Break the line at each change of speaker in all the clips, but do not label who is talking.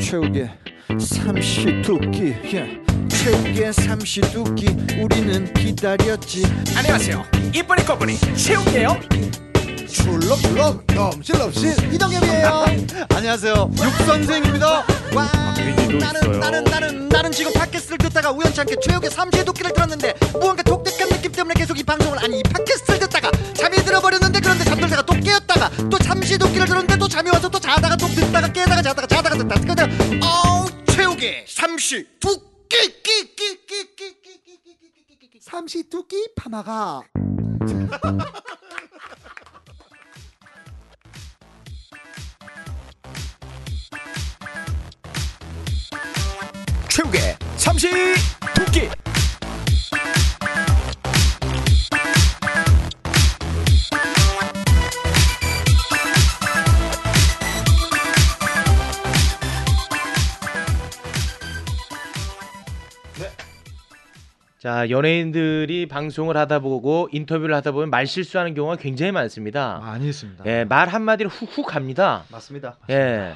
최후의 삼시두끼 예. 최후의 삼시두끼 우리는 기다렸지
안녕하세요. 이쁜이 꺼분이 최욱이에요.
출렁출렁 넘실넘실 이동엽이에요
안녕하세요 육선생입니다
와
박민희도 있어요.
나는 나는 나는 나는 지금 팟캐스트를 듣다가 우연찮게 최욱의 삼시의 도끼를 들었는데 무언가 독특한 느낌 때문에 계속 이 방송을 아니 이 팟캐스트를 듣다가 잠이 들어버렸는데 그런데 잠들다가 또 깨었다가 또 잠시의 도끼를 들었는데 또 잠이 와서 또 자다가 또 듣다가 깨다가 자다가 자다가 듣다가 그냥 어우 최욱의 삼시 도끼 끼끼끼끼끼끼끼끼끼끼끼끼 삼시 도끼 파마가
최욱의 삼시 두끼.
자 연예인들이 방송을 하다 보고 인터뷰를 하다 보면 말 실수하는 경우가 굉장히 많습니다.
많이 했습니다
예, 말 한마디로 훅훅 갑니다.
맞습니다
예.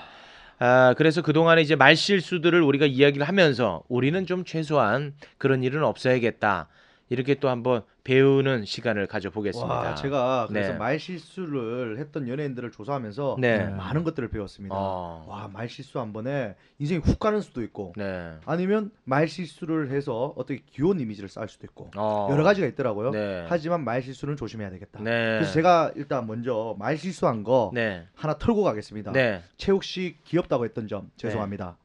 아, 그래서 그동안에 이제 말실수들을 우리가 이야기를 하면서 우리는 좀 최소한 그런 일은 없어야겠다. 이렇게 또 한번 배우는 시간을 가져보겠습니다.
와, 제가 그래서
네.
말실수를 했던 연예인들을 조사하면서
네.
많은 것들을 배웠습니다.
어.
와, 말실수 한 번에 인생이 훅 가는 수도 있고
네.
아니면 말실수를 해서 어떻게 귀여운 이미지를 쌓을 수도 있고
어.
여러 가지가 있더라고요.
네.
하지만 말실수는 조심해야 되겠다.
네.
그래서 제가 일단 먼저 말실수한 거
네.
하나 털고 가겠습니다.
네.
채욱 씨 귀엽다고 했던 점 죄송합니다.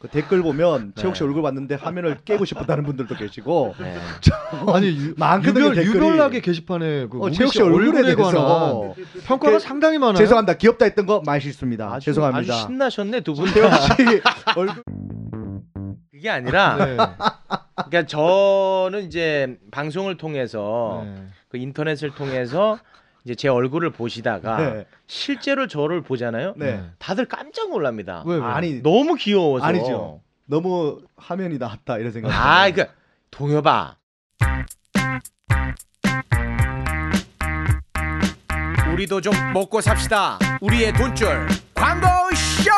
그 댓글 보면 채욱 씨 얼굴 봤는데 화면을 깨고 싶었다는 분들도 계시고
네.
아니
많거든요,
유별,
댓글이.
유별나게 게시판에 그
어,
우리
최욱 씨 얼굴에 대해서.
평가가
그-
상당히 많아요
죄송합니다. 귀엽다 했던 거 말실수입니다.
아주-
죄송합니다.
아주 신나셨네 두 분.
태영 씨 얼굴
그게 아니라
네.
그러니까 저는 이제 방송을 통해서
네.
그 인터넷을 통해서 이제 제 얼굴을
아,
보시다가
네.
실제로 저를 보잖아요.
네.
네.
다들 깜짝 놀랍니다.
왜, 왜?
아니
너무 귀여워서.
아니죠. 너무 화면이 나왔다 이런 생각.
아, 그니까 동엽아.
우리도 좀 먹고 삽시다. 우리의 돈줄 광고 쇼.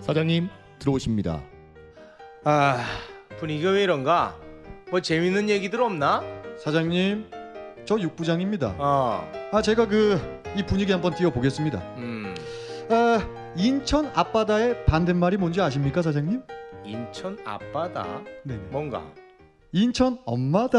사장님 들어오십니다.
아, 분위기가 왜 이런가? 뭐 재밌는 얘기들 없나?
사장님 저 육부장입니다
어.
아 제가 그 이 분위기 한번 띄워보겠습니다
음.
아, 인천 앞바다의 반대말이 뭔지 아십니까 사장님?
인천 앞바다
네
뭔가
인천 엄마다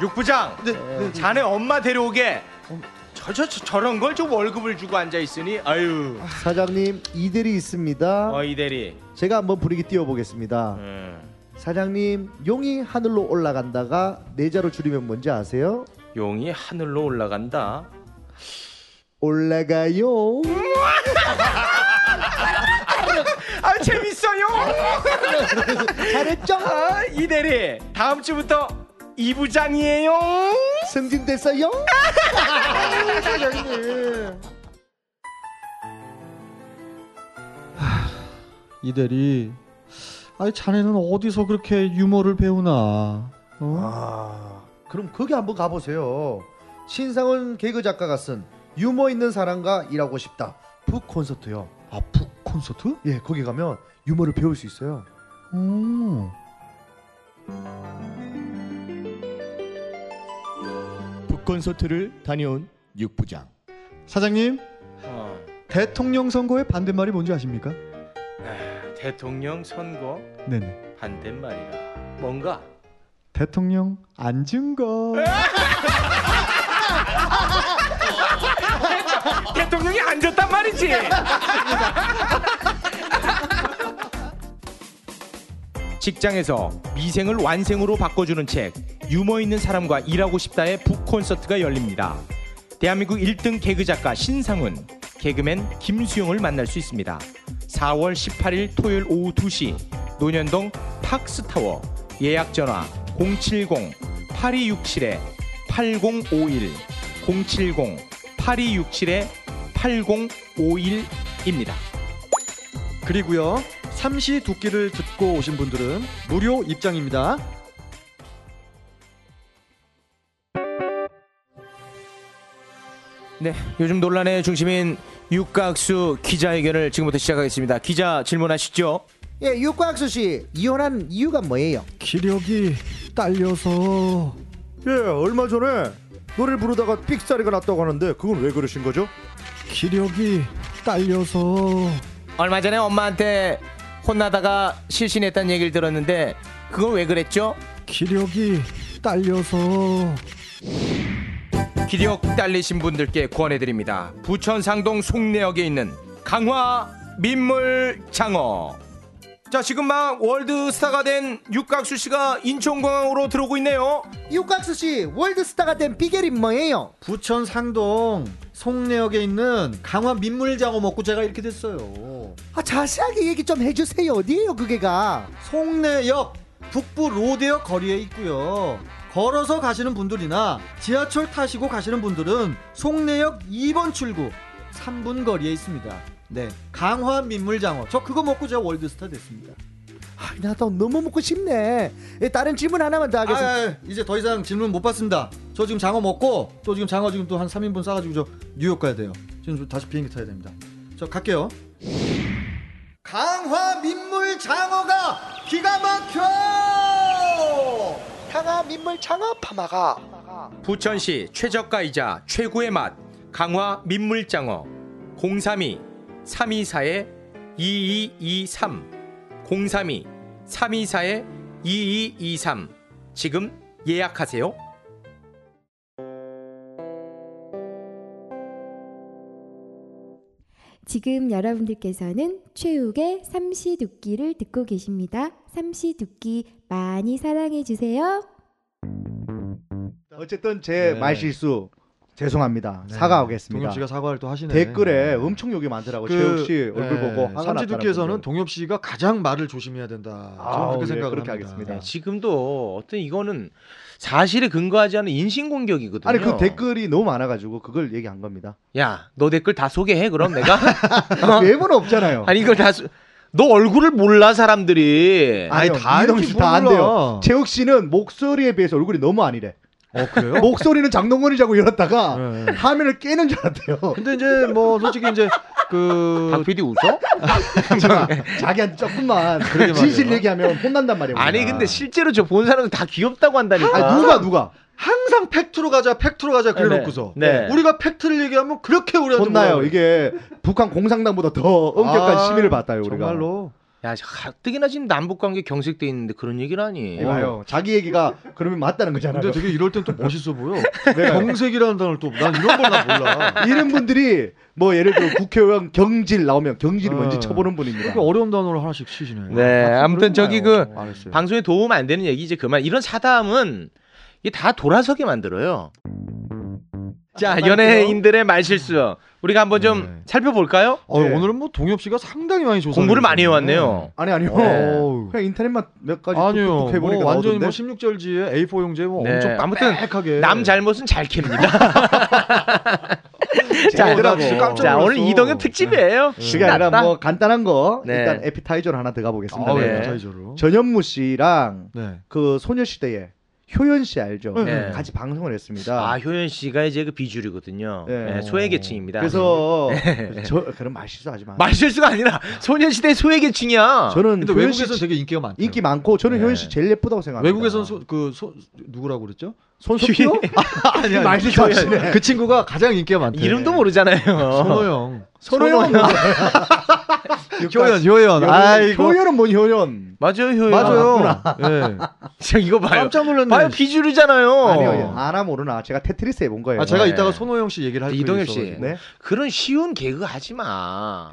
육부장
네, 네, 네.
자네 엄마 데려오게
어.
저, 저, 저 저런 걸 좀 월급을 주고 앉아 있으니 아유
사장님 이들이 있습니다.
어이 대리
제가 한번 분위기 띄워보겠습니다.
음.
사장님 용이 하늘로 올라간다가 네 자로 줄이면 뭔지 아세요?
용이 하늘로 올라간다
올라가요.
아 재밌어요
잘했죠?
아, 이 대리 다음 주부터 이 부장이에요
승진됐어요?
이 대리 아니 자네는 어디서 그렇게 유머를 배우나 어?
아 그럼 거기 한번 가보세요. 신상훈 개그 작가가 쓴 유머 있는 사람과 일하고 싶다 북 콘서트요.
아북 콘서트?
예 거기 가면 유머를 배울 수 있어요.
음.
북콘서트를 다녀온 육부장.
사장님
어,
대통령 선거의 반대말이 뭔지 아십니까?
대통령 선거
네네
반대말이라 뭔가
대통령 앉은 거
대통령이 앉았단 말이지. 직장에서 미생을 완생으로 바꿔주는 책 유머 있는 사람과 일하고 싶다의 북 콘서트가 열립니다. 대한민국 1등 개그 작가 신상훈, 개그맨 김수용을 만날 수 있습니다. 4월 18일 토요일 오후 2시 논현동 팍스타워 예약 전화 070 8267에 8051 070 8267에 8051입니다.
그리고요
삼시 두끼를 듣고 오신 분들은 무료 입장입니다.
네, 요즘 논란의 중심인 육각수 기자회견을 지금부터 시작하겠습니다. 기자 질문하시죠.
예, 육광수 씨 이혼한 이유가 뭐예요?
기력이 딸려서
예, 얼마 전에 노래를 부르다가 삑사리가 났다고 하는데 그건 왜 그러신 거죠?
기력이 딸려서
얼마 전에 엄마한테 혼나다가 실신했다는 얘기를 들었는데 그건 왜 그랬죠?
기력이 딸려서
기력 딸리신 분들께 구원해드립니다. 부천 상동 송내역에 있는 강화 민물 장어. 자 지금 막 월드스타가 된 육각수 씨가 인천공항으로 들어오고 있네요.
육광수 씨 월드스타가 된 비결이 뭐예요?
부천 상동 송내역에 있는 강화 민물장어 먹고 제가 이렇게 됐어요.
아 자세하게 얘기 좀 해주세요. 어디예요 그게가?
송내역 북부 로데역 거리에 있고요. 걸어서 가시는 분들이나 지하철 타시고 가시는 분들은 송내역 2번 출구 3분 거리에 있습니다. 네, 강화 민물장어. 저 그거 먹고 제가 월드스타 됐습니다.
아, 나도 너무 먹고 싶네. 예, 다른 질문 하나만 더
아,
하겠습니다.
아, 이제 더 이상 질문 못 받습니다. 저 지금 장어 먹고 또 지금 장어 지금 또 한 3인분 싸가지고 저 뉴욕 가야 돼요. 지금 저 다시 비행기 타야 됩니다. 저 갈게요. 강화 민물 장어가 기가 막혀!
강화 민물 창업 파마가
부천시 최저가이자 최고의 맛 강화 민물장어 032 324의 2223 032 324의 2223 지금 예약하세요.
지금 여러분들께서는 최욱의 삼시두끼를 듣고 계십니다. 삼시두끼 많이 사랑해 주세요.
어쨌든 제
네.
말실수 죄송합니다.
네.
사과하겠습니다.
동엽 씨가 사과를 또 하시네. 어, 그 네.
댓글에 네. 엄청 욕이 많더라고요. 최욱 씨 얼굴 보고 화가
삼지
났다는
두께서는
분들.
동엽 씨가 가장 말을 조심해야 된다. 저는
아우,
그렇게
예,
생각을
그렇게
합니다.
하겠습니다.
네, 지금도 어떤 이거는 사실에 근거하지 않은 인신공격이거든요.
아니 그 댓글이 너무 많아가지고 그걸 얘기한 겁니다.
야, 너 댓글 다 소개해 그럼 내가. 어?
예.
외모는 없잖아요.
아니 이걸 다. 소... 너 얼굴을 몰라 사람들이.
아니
아니, 다
이동
알지,
씨다안
몰라.
돼요. 최욱 씨는 목소리에 비해서 얼굴이 너무 아니래.
어 그래요?
목소리는 장동건이라고 열었다가
네.
화면을 깨는 줄 알았대요.
근데 이제 뭐 솔직히 이제 그
박 PD 웃어?
자기한테 조금만
그러게
진실
말이에요.
얘기하면 혼난단 말이에요.
아니
우리가.
근데 실제로 저 본 사람은 다 귀엽다고 한다니까.
아니, 그러니까 누가 누가
항상 팩트로 가자, 팩트로 가자 그래놓고서
네. 네.
우리가 팩트를 얘기하면 그렇게 우리한테
혼나요.
뭐라
이게 북한 공산당보다 더 엄격한
네. 아,
시비를 받아요
그래.
우리가.
정말로
야, 가뜩이나 지금 남북 관계 경색돼 있는데 그런 얘기를 하니.
네, 이봐요. 자기 얘기가 그러면 맞다는 거잖아요.
근데 되게 이럴 땐 또 멋있어 보여.
내가
경색이라는 단어를 또 난 이런 걸 나 몰라.
이런 분들이 뭐 예를 들어 국회의원 경질 나오면 경질이 뭔지
네.
쳐보는 분입니다.
되게 어려운 단어를 하나씩 치시네.
네, 아무튼 저기 그
안 했어요.
방송에 도움 안 되는 얘기 이제 그만. 이런 사담은 이게 다 돌아서게 만들어요.
아,
자, 연예인들의 말실수. 우리가 한번 좀
네.
살펴볼까요?
어,
네.
오늘은 뭐 동엽 씨가 상당히 많이 조사
공부를 많이 해왔네요.
아니 아니요.
어우.
그냥 인터넷만 몇 가지
어- 아니요,
뚝뚝 해보니까
뭐 완전히
나오던데?
뭐 16절지에 A4 용지에 뭐
네,
엄청
아무튼
빽빽하게
남 잘못은 잘 캡니다.
자,
재밌더라고.
나 진짜 깜짝
자,
놀랐어.
오늘 이동엽
네.
특집이에요.
네.
그게 아니라
낫다.
뭐 간단한 거
네.
일단 에피타이저를 하나 들어가 보겠습니다.
아,
네.
네. 자이저로.
전현무 씨랑
네.
그 소녀시대의 효연 씨 알죠?
네.
같이 방송을 했습니다.
아, 효연 씨가 이제 그 비주류거든요.
네.
네, 소외계층입니다.
그래서 저 그런 말실수 하지 마.
말실수가 아니라 소녀시대 소외계층이야.
저는
근데
효연 씨
외국에서는 되게 인기가 많대요.
인기 많고 저는
네.
효연 씨 제일 예쁘다고 생각합니다.
외국에선 소, 그 소, 누구라고 그랬죠?
손석희요?
아니
말실수 하시네.
그 친구가 가장 인기가 많대.
이름도 모르잖아요.
손호영.
손호영.
효연, 효연. 아이고.
효연은 뭔 효연?
맞아요, 효연.
맞아요. 예.
저 이거 봐요.
깜짝 놀랐네.
봐요, 비주류잖아요.
아니요, 아나 모르나. 제가 테트리스 해본 거예요.
아, 제가
네.
이따가 손호영 씨 얘기를 할 거예요.
이동엽 씨.
네.
그런 쉬운 개그 하지 마.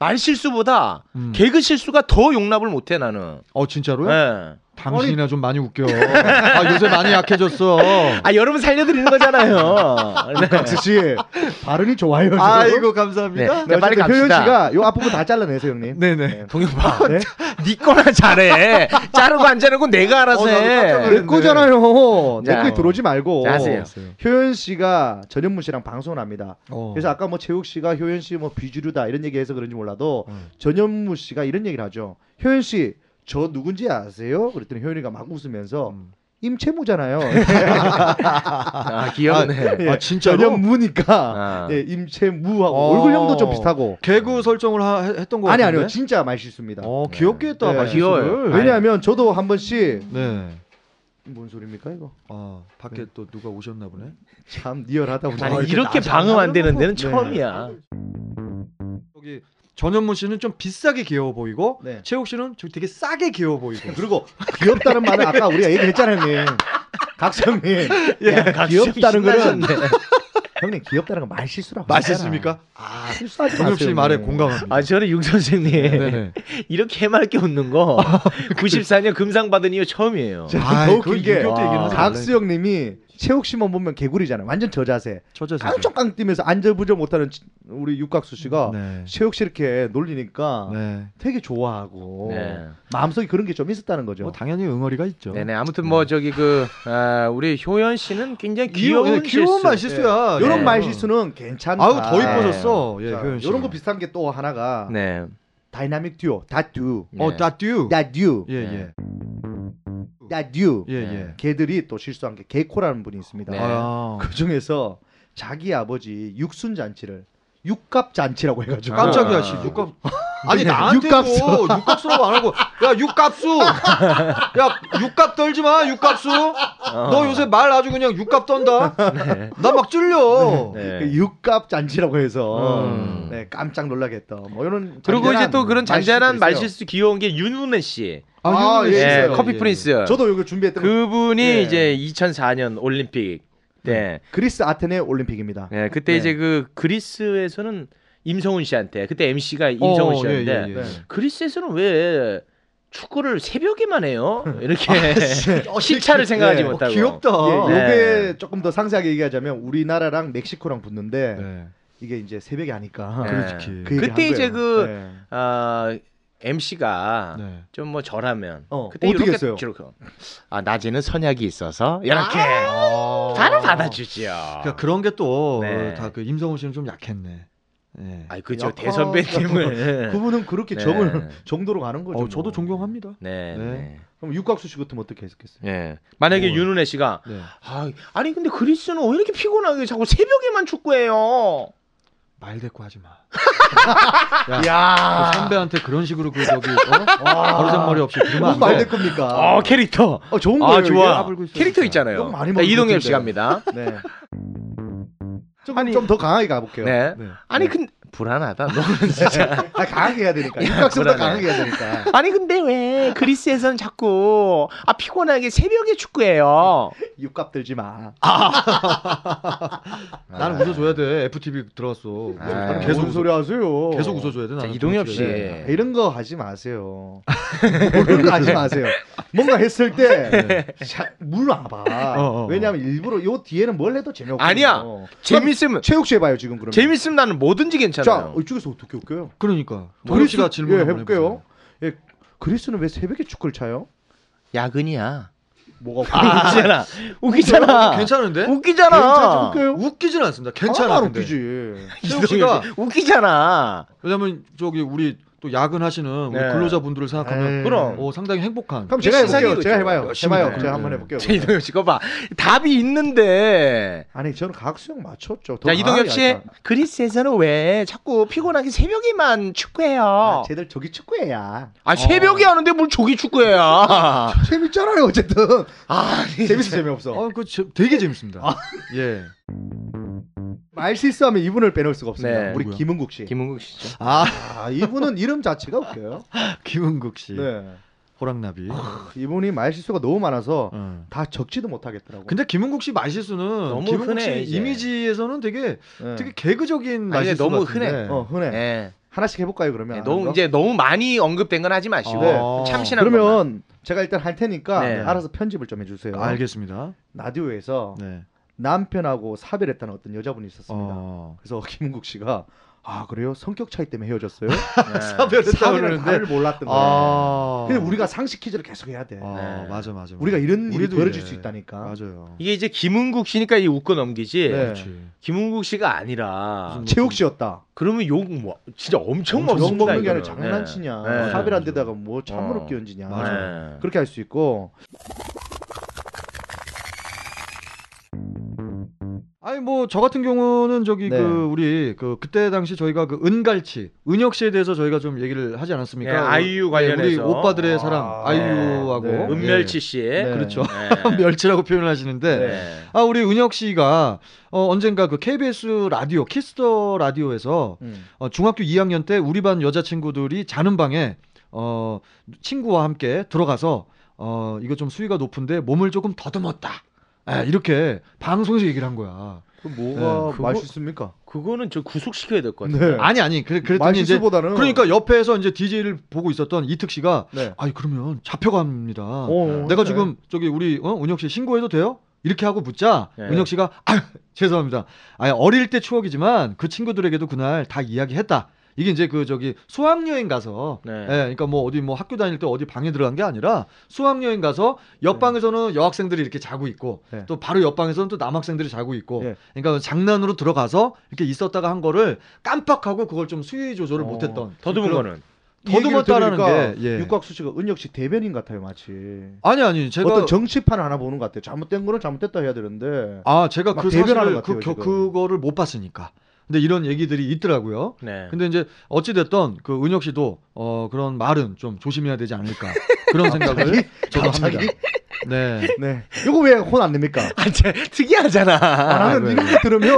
말 실수보다 개그 실수가 더 용납을 못해 나는.
어, 진짜로요?
예.
당신이나 좀 많이 웃겨. 아, 요새 많이 약해졌어.
아 여러분 살려드리는 거잖아요. 네.
박수 씨 발음이 좋아요. 지금.
아이고 감사합니다.
네.
네,
빨리
어쨌든 효윤
갑시다.
씨가 요 앞부분 다 잘라내세요, 형님.
네, 네.
동영 봐.
네?
네 거나 잘해. 자르고 안 자르고 내가 알아서
어, 나도 깜짝
해.
놀랐네.
내 거잖아요. 내
자.
거에 들어오지 말고.
자, 하세요.
효연 씨가 전현무 씨랑 방송을 합니다.
어.
그래서 아까 뭐 최욱 씨가 효연 씨 뭐 비주류다 이런 얘기해서 그런지 몰라도
음.
전현무 씨가 이런 얘기를 하죠. 효연 씨, 저 누군지 아세요? 그랬더니 효연이가 막 웃으면서
음.
임채무잖아요.
아 귀엽네.
예,
아, 진짜로?
전현무니까
아.
예, 임채무하고
어.
얼굴형도 좀 비슷하고.
개그 설정을 하- 했던 거
아니
같은데.
아니요, 진짜 말실수입니다.
어, 귀엽게 했다.
네.
귀여워요.
말실수를.
왜냐하면 저도 한 번씩
네.
뭔 소리입니까 이거?
아, 밖에 또 누가 오셨나 보네.
참 리얼하다 보니.
아니 예, 뭐 이렇게 방음 안 되는
네.
데는 처음이야.
여기 전현무 씨는 좀 비싸게 귀여워 보이고
네.
최욱 씨는 좀 되게 싸게 귀여워 보이고.
그리고 귀엽다는 말은 아까 우리가 얘기했잖아요, 형님. 각성님.
예,
예,
야, 귀엽다는 거는 형님 귀엽다는 건 말실수라고.
맛있습니까?
아, 실수하지 마세요.
전현무 씨 말에
형님.
공감합니다.
아 저는 융 선생님
네네.
이렇게 해맑게 웃는 거 94년 금상 받은 이후 처음이에요.
아,
더웃긴
그건
게
유교 때 얘기는 하지
박수 형님이 최욱 씨만 보면 개구리잖아요. 완전 저자세.
저자세.
아,
깡총깡 뛰면서 안절부절 못하는 치- 우리 육각수 씨가
네.
최욱 씨 이렇게 놀리니까
네.
되게 좋아하고
네.
마음속에 그런 게 좀 있었다는 거죠.
뭐 당연히 응어리가 있죠.
네네 아무튼 뭐 저기 그 아, 우리 효연 씨는 굉장히 귀여운
귀여운
실수.
말실수야.
이런
네.
말 실수는 괜찮다.
아우 더 이뻐졌어. 예, 효연 씨.
이런 거 비슷한 게 또 하나가
네.
다이나믹 듀오, 다듀,
어,
네.
따듀.
다듀, 네.
예, 예.
다듀. 네.
예, 예.
걔들이 또 실수한 게 개코라는 분이 있습니다.
네.
아.
그 중에서 자기 아버지 육순 잔치를 육갑 잔치라고 해가지고
깜짝이야, 씨.
아.
육값. 아니
네,
나한테도
육값수.
육값수라고 안 하고 야 육값수. 야 육값 떨지 마 육값수.
어.
너 요새 말 아주 그냥 육값 떤다. 나 막 찔려.
네.
그 육갑 잔치라고 해서
음.
네, 깜짝 놀라겠다. 뭐 이런
그리고 이제
잔잔한
또 그런 잔잔한
말실수도 있어요.
말실수 귀여운 게 윤은혜 씨,
아,
윤은혜
예,
씨.
예,
있어요.
커피
예.
프린스.
저도 이거 준비했던 그...
그분이
예.
이제 2004년 올림픽 때,
그리스 아테네 올림픽입니다.
예, 그때
네.
이제 그 그리스에서는 임성훈 씨한테 그때 MC가 임성훈
어,
씨였는데
예, 예, 예.
네.
그리스에서는 왜 축구를 새벽에만 해요? 이렇게
아,
시차를 생각하지
예. 어,
못하고.
귀엽다.
예,
네.
요게 조금 더 상세하게 얘기하자면 우리나라랑 멕시코랑 붙는데
네.
이게 이제 새벽에 하니까
네.
그렇지.
그 얘기
그때
한
이제
거예요.
그-
네.
아 MC가
아.
네.
좀 뭐 저라면
어,
그때
어떻게
이렇게
했어요?
이렇게 아 낮에는 선약이 있어서 이렇게 바로 받아주지요.
아! 그러니까 그런 게 또 다
네.
그 임성훈 씨는 좀 약했네. 예.
아 그죠
약간-
대선배님을.
그분은 그렇게
네.
정을 정도로 가는 거죠.
어,
뭐.
저도 존경합니다.
네. 네.
그럼 육각수 씨 같으면 어떻게 했겠어요?
예. 만약에 윤은혜 씨가
네.
아, 아니 근데 그리스는 왜 이렇게 피곤하게 자꾸 새벽에만 축구해요?
말 대꾸 하지 마. 야,
아.
그 선배한테 그런 식으로 그 저기 어? 버르장머리 없이 그만.
무슨 말 대꾸입니까?
어 캐릭터.
어, 좋은 거예요.
아
이게.
좋아.
불고 있어요,
캐릭터
진짜.
있잖아요.
너무 많이
자,
먹을
이동엽
텐데.
씨 갑니다.
네. 조금 좀더 강하게 가볼게요.
네.
네.
아니 근 불안하다. 너는 진짜.
아, 강하게 해야 되니까.
네.
육각수보다
불안해.
강하게 해야 되니까.
아니 근데 왜 그리스에서는 자꾸 아 피곤하게 새벽에 축구해요.
육갑 들지 마.
나는 웃어줘야 돼. FTV 들어갔어.
아,
아.
계속
네. 뭔
웃어.
소리 하세요?
계속 웃어줘야 돼. 나는
이동엽 씨.
네.
네. 이런 거 하지 마세요. 이런 거 하지 마세요. 뭔가 했을 때
네.
물어봐.
어, 어.
왜냐하면 일부러 요 뒤에는 뭘 해도 재미없고.
아니야. 재밌으면
최욱 씨 해봐요 지금 그러면.
재밌으면 나는 뭐든지
자
괜찮아요.
이쪽에서 어떻게 웃겨요?
그러니까 도리 씨가 질문
예,
한번
해볼게요. 예, 그리스는 왜 새벽에 축구를 차요?
야근이야.
뭐가
웃기잖아.
해보세요.
웃기잖아.
네. 어, 괜찮은데?
웃기잖아.
웃겨요?
웃기진 않습니다. 괜찮아.
하나도 안
근데.
웃기지.
최욱 씨가
이동엽 씨. 웃기잖아.
왜냐면 저기 우리 또 야근하시는 우리
네.
근로자분들을 생각하면
에이.
그럼.
어, 상당히 행복한.
아, 그럼 제가 해볼게요.
신상이거든요.
제가 해봐요.
열심히
해봐요.
해요.
제가 한번 해볼게요.
자, 이동엽 씨, 거봐. 답이 있는데.
아니 저는 각수형 맞췄죠. 더
자, 이동엽
강하게
씨,
할까?
그리스에서는 왜 자꾸 피곤하게 새벽에만
아,
축구해요?
쟤들 저기 축구해야.
아, 새벽에 하는데 뭘 조기 축구해요? 아,
재밌잖아요 어쨌든.
아니,
재밌어 재미없어.
아, 그 제- 되게 재밌습니다.
아.
예.
말 실수하면 이분을 빼놓을 수가 없습니다.
네.
우리
누구야?
김은국 씨.
김은국 씨죠.
아,
아 이분은 이름 자체가 웃겨요.
김은국 씨.
네.
호랑나비.
아.
이분이 말 실수가 너무 많아서
어.
다 적지도 못하겠더라고.
근데 김은국 씨 말실수는
너무
김은국
흔해,
씨
이제.
이미지에서는 되게
네.
되게 개그적인
아니, 근데
말실수
너무
같은데.
흔해.
어 흔해.
예. 네.
하나씩 해볼까요 그러면? 아는
너무 어.
거?
이제 너무 많이 언급된 건 하지 마시고
네.
참신한
그러면
것만.
제가 일단 할 테니까
네.
알아서 편집을 좀 해주세요.
네, 알겠습니다.
라디오에서
네.
남편하고 사별했다는 어떤 여자분이 있었습니다.
어.
그래서 김은국 씨가 아 그래요? 성격 차이 때문에 헤어졌어요?
네.
네.
사별했다
사별을
그러는데.
다를 몰랐던 거예요.
아.
근데 우리가 상식 퀴즈를 계속 해야 돼.
아,
네.
맞아 맞아.
우리가 이런 일이
우리도
벌어질
이래.
수 있다니까.
맞아요.
이게 이제 김은국 씨니까 이 웃고 넘기지.
네.
그렇지.
김은국 씨가 아니라
무슨
체육 씨였다.
그러면 욕 뭐, 진짜 엄청
엄청
욕
먹습니다.
먹는 게
이거는.
아니라 장난치냐.
네. 네.
사별한 데다가 뭐 참으로
어.
끼얹으냐.
맞아.
네.
그렇게 할 수 있고
아니 뭐 저 같은 경우는 저기
네.
그 우리 그 그때 당시 저희가 그 은갈치 은혁 씨에 대해서 저희가 좀 얘기를 하지 않았습니까?
네, 아이유 관련해서
우리 오빠들의 사랑
아,
아이유하고
네.
은멸치 씨.
네.
그렇죠. 멸치라고 표현하시는데
네.
아 우리 은혁 씨가 어, 언젠가 그 KBS 라디오 키스터 라디오에서
음.
어, 중학교 2학년 때 우리 반 여자친구들이 자는 방에 어, 친구와 함께 들어가서 어, 이거 좀 수위가 높은데 몸을 조금 더듬었다. 아, 이렇게 방송에서 얘기를 한 거야.
그 뭐가
네. 그거-
맛있습니까?
그거는 좀 구속시켜야 될 것
네.
같아요.
네, 아니 아니. 그래, 그랬더니 이제
맛있을보다는
그러니까 옆에서 이제 DJ를 보고 있었던 이특 씨가
네.
아니 그러면 잡혀갑니다.
어,
내가
네.
지금 저기 우리 어? 은혁 씨 신고해도 돼요? 이렇게 하고 묻자
네.
은혁 씨가 아 죄송합니다. 아 어릴 때 추억이지만 그 친구들에게도 그날 다 이야기했다. 이게 이제 그 저기 수학여행 가서
네.
예, 그러니까 뭐 어디 뭐 학교 다닐 때 어디 방에 들어간 게 아니라 수학여행 가서 옆방에서는 여학생들이 이렇게 자고 있고
네.
또 바로 옆방에서는 또 남학생들이 자고 있고
네.
그러니까 장난으로 들어가서 이렇게 있었다가 한 거를 깜빡하고 그걸 좀 수위 조절을
어,
못했던
더듬은
그런-
거는.
이 얘기를
더듬었다라는
들으니까
게, 예.
육각수 씨가 은혁 씨 대변인 같아요 마치
아니 아니 제가
어떤 정치판 하나 보는 것 같아요 잘못된 거는 잘못됐다 해야 되는데
아, 제가
막 대변하는
그 사실을
것 같아요,
그, 그,
지금.
그거를 못 봤으니까. 근데 이런 얘기들이 있더라고요.
네.
근데 이제 어찌 됐던 그 은혁 씨도 어 그런 말은 좀 조심해야 되지 않을까 그런 생각을 저도
갑자기?
합니다. 네.
네 이거 왜 혼 안 냅니까
아, 쟤 특이하잖아.
아, 나는
왜,
이런 거 들으면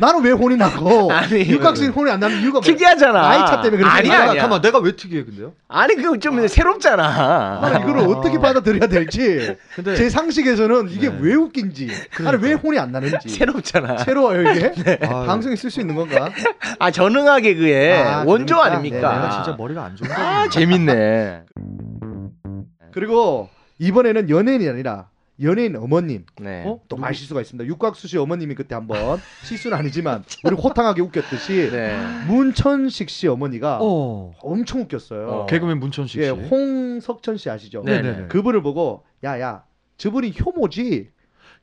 나는 왜 혼이 나고
아니,
네.
육각수 씨는 혼이 안 나는 이유가 뭐야
특이하잖아.
나이 차 때문에 그런
아니
생각
아,
아니야.
잠깐만 내가 왜 특이해 근데요?
아니 그거 좀 새롭잖아.
나는 이거를
아.
어떻게 받아들여야 될지
근데
제 상식에서는 이게
네.
왜 웃긴지 나는 왜 혼이 안 나는지
새롭잖아.
새로워요 이게
아유.
방송에 쓸 수 있는 건가
아 전능하게 그의
아,
원조
그러니까.
아닙니까?
내가 네, 진짜 머리가 안 좋은가 보네.
아 재밌네.
네.
그리고 이번에는 연예인이 아니라 연예인 어머님
네.
어?
음.
또 말실수가 있습니다. 육각수 씨 어머님이 그때 한번 실수는 아니지만 우리 호탕하게 웃겼듯이
네.
문천식 씨 어머니가
어.
엄청 웃겼어요.
어.
개그맨 문천식 씨.
예, 홍석천 씨 아시죠?
네,
네네.
네.
그분을 보고 야야 저분이 효모지